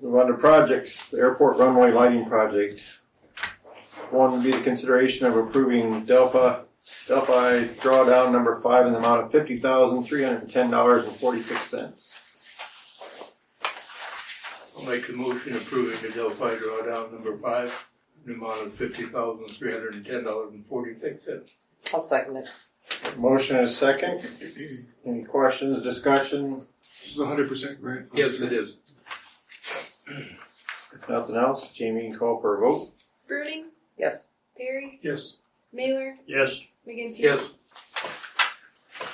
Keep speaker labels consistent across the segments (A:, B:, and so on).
A: Move on to projects, the airport runway lighting project. One would be the consideration of approving Delphi, Delphi drawdown number five in the amount of fifty thousand, three hundred and ten dollars and forty-six cents.
B: I'll make a motion approving the Delphi drawdown number five, an amount of fifty thousand three hundred and ten dollars and forty-six cents.
C: I'll second it.
A: Motion is second. Any questions, discussion,
D: This is a hundred percent grant. fund.
B: Yes, it is.
A: if nothing else? Jamie, call for a vote.
E: Bruning,
C: Yes.
E: Perry,
D: Yes,
E: Mailer,
F: yes,
E: McGinty.
B: Yes,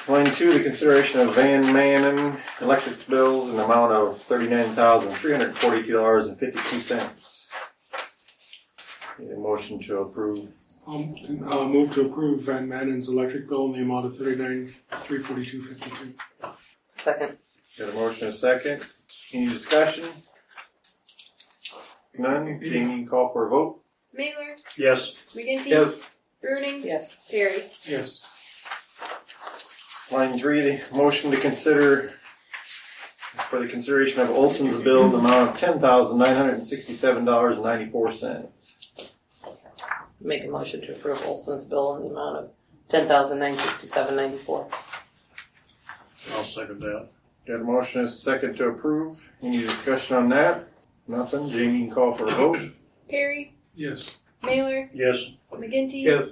A: Line two, the consideration of Van Manen electric bills in the amount of thirty-nine thousand, three hundred and forty-two dollars and fifty-two cents. Need a motion to approve.
D: um, and, uh, move to approve Van Manen's electric bill in the amount of thirty-nine, three forty-two fifty-two.
C: Second.
A: Got a motion and a second. Any discussion? None? Jamie, call for a vote?
E: Mailer,
F: yes,
E: McGinty.
B: yes,
E: Bruning,
C: Yes.
E: Perry.
D: Yes,
A: Line three, the motion to consider for the consideration of Olson's bill in the amount of ten thousand, nine hundred and sixty-seven dollars and ninety-four cents.
C: Make a motion to approve Olson's bill in the amount of ten thousand nine sixty-seven ninety-four.
F: I'll second that,
A: Got a motion and a second to approve. Any discussion on that? Nothing? Jamie, can call for a vote?
E: Perry,
D: yes,
E: Mailer,
F: yes,
E: McGinty.
B: yes,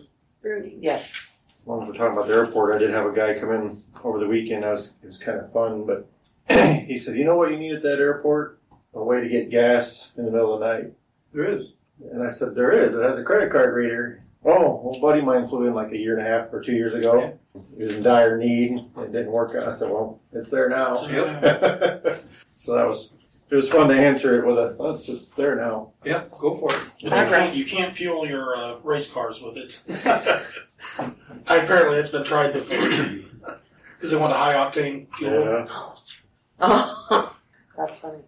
E: Bruning.
C: Yes.
A: As long as we're talking about the airport, I did have a guy come in over the weekend. I was, it was kind of fun, but he said, "You know what you need at that airport? A way to get gas in the middle of the night."
B: there is.
A: And I said, "There is. It has a credit card reader." Oh, well, a buddy of mine flew in like a year and a half or two years ago. He was in dire need. It didn't work out. I said, "Well, it's there now."
G: Oh,
D: It's
A: so that was. It was fun to answer it with a. Oh, it's just there now.
B: Yeah, go for it.
G: But you can't, you can't fuel your uh, race cars with it. Apparently, it's been tried before because they want a high octane fuel.
A: Yeah.
C: That's funny.